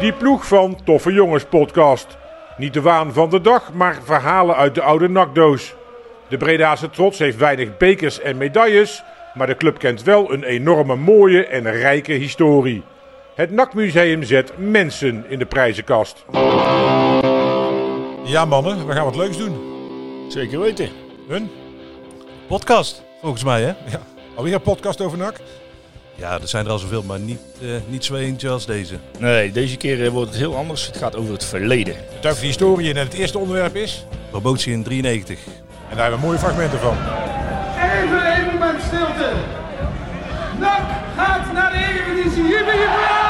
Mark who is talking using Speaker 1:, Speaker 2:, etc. Speaker 1: Die ploeg van Toffe Jongens podcast. Niet de waan van de dag, maar verhalen uit de oude nakdoos. De Bredaanse trots heeft weinig bekers en medailles, maar de club kent wel een enorme mooie en rijke historie. Het NAC-museum zet mensen in de prijzenkast. Ja mannen, we gaan wat leuks doen.
Speaker 2: Zeker weten.
Speaker 1: Hun?
Speaker 3: Podcast, volgens mij hè?
Speaker 1: Ja. Alweer een podcast over NAC?
Speaker 3: Ja, er zijn er al zoveel, maar niet, eh, niet zo eentje als deze.
Speaker 2: Nee, deze keer eh, wordt het heel anders. Het gaat over het verleden.
Speaker 1: Het duikt de historie in en het eerste onderwerp is...
Speaker 3: Promotie in 93.
Speaker 1: En daar hebben we mooie fragmenten van.
Speaker 4: Even een moment stilte. NAC gaat naar de Eredivisie. Hier ben je voor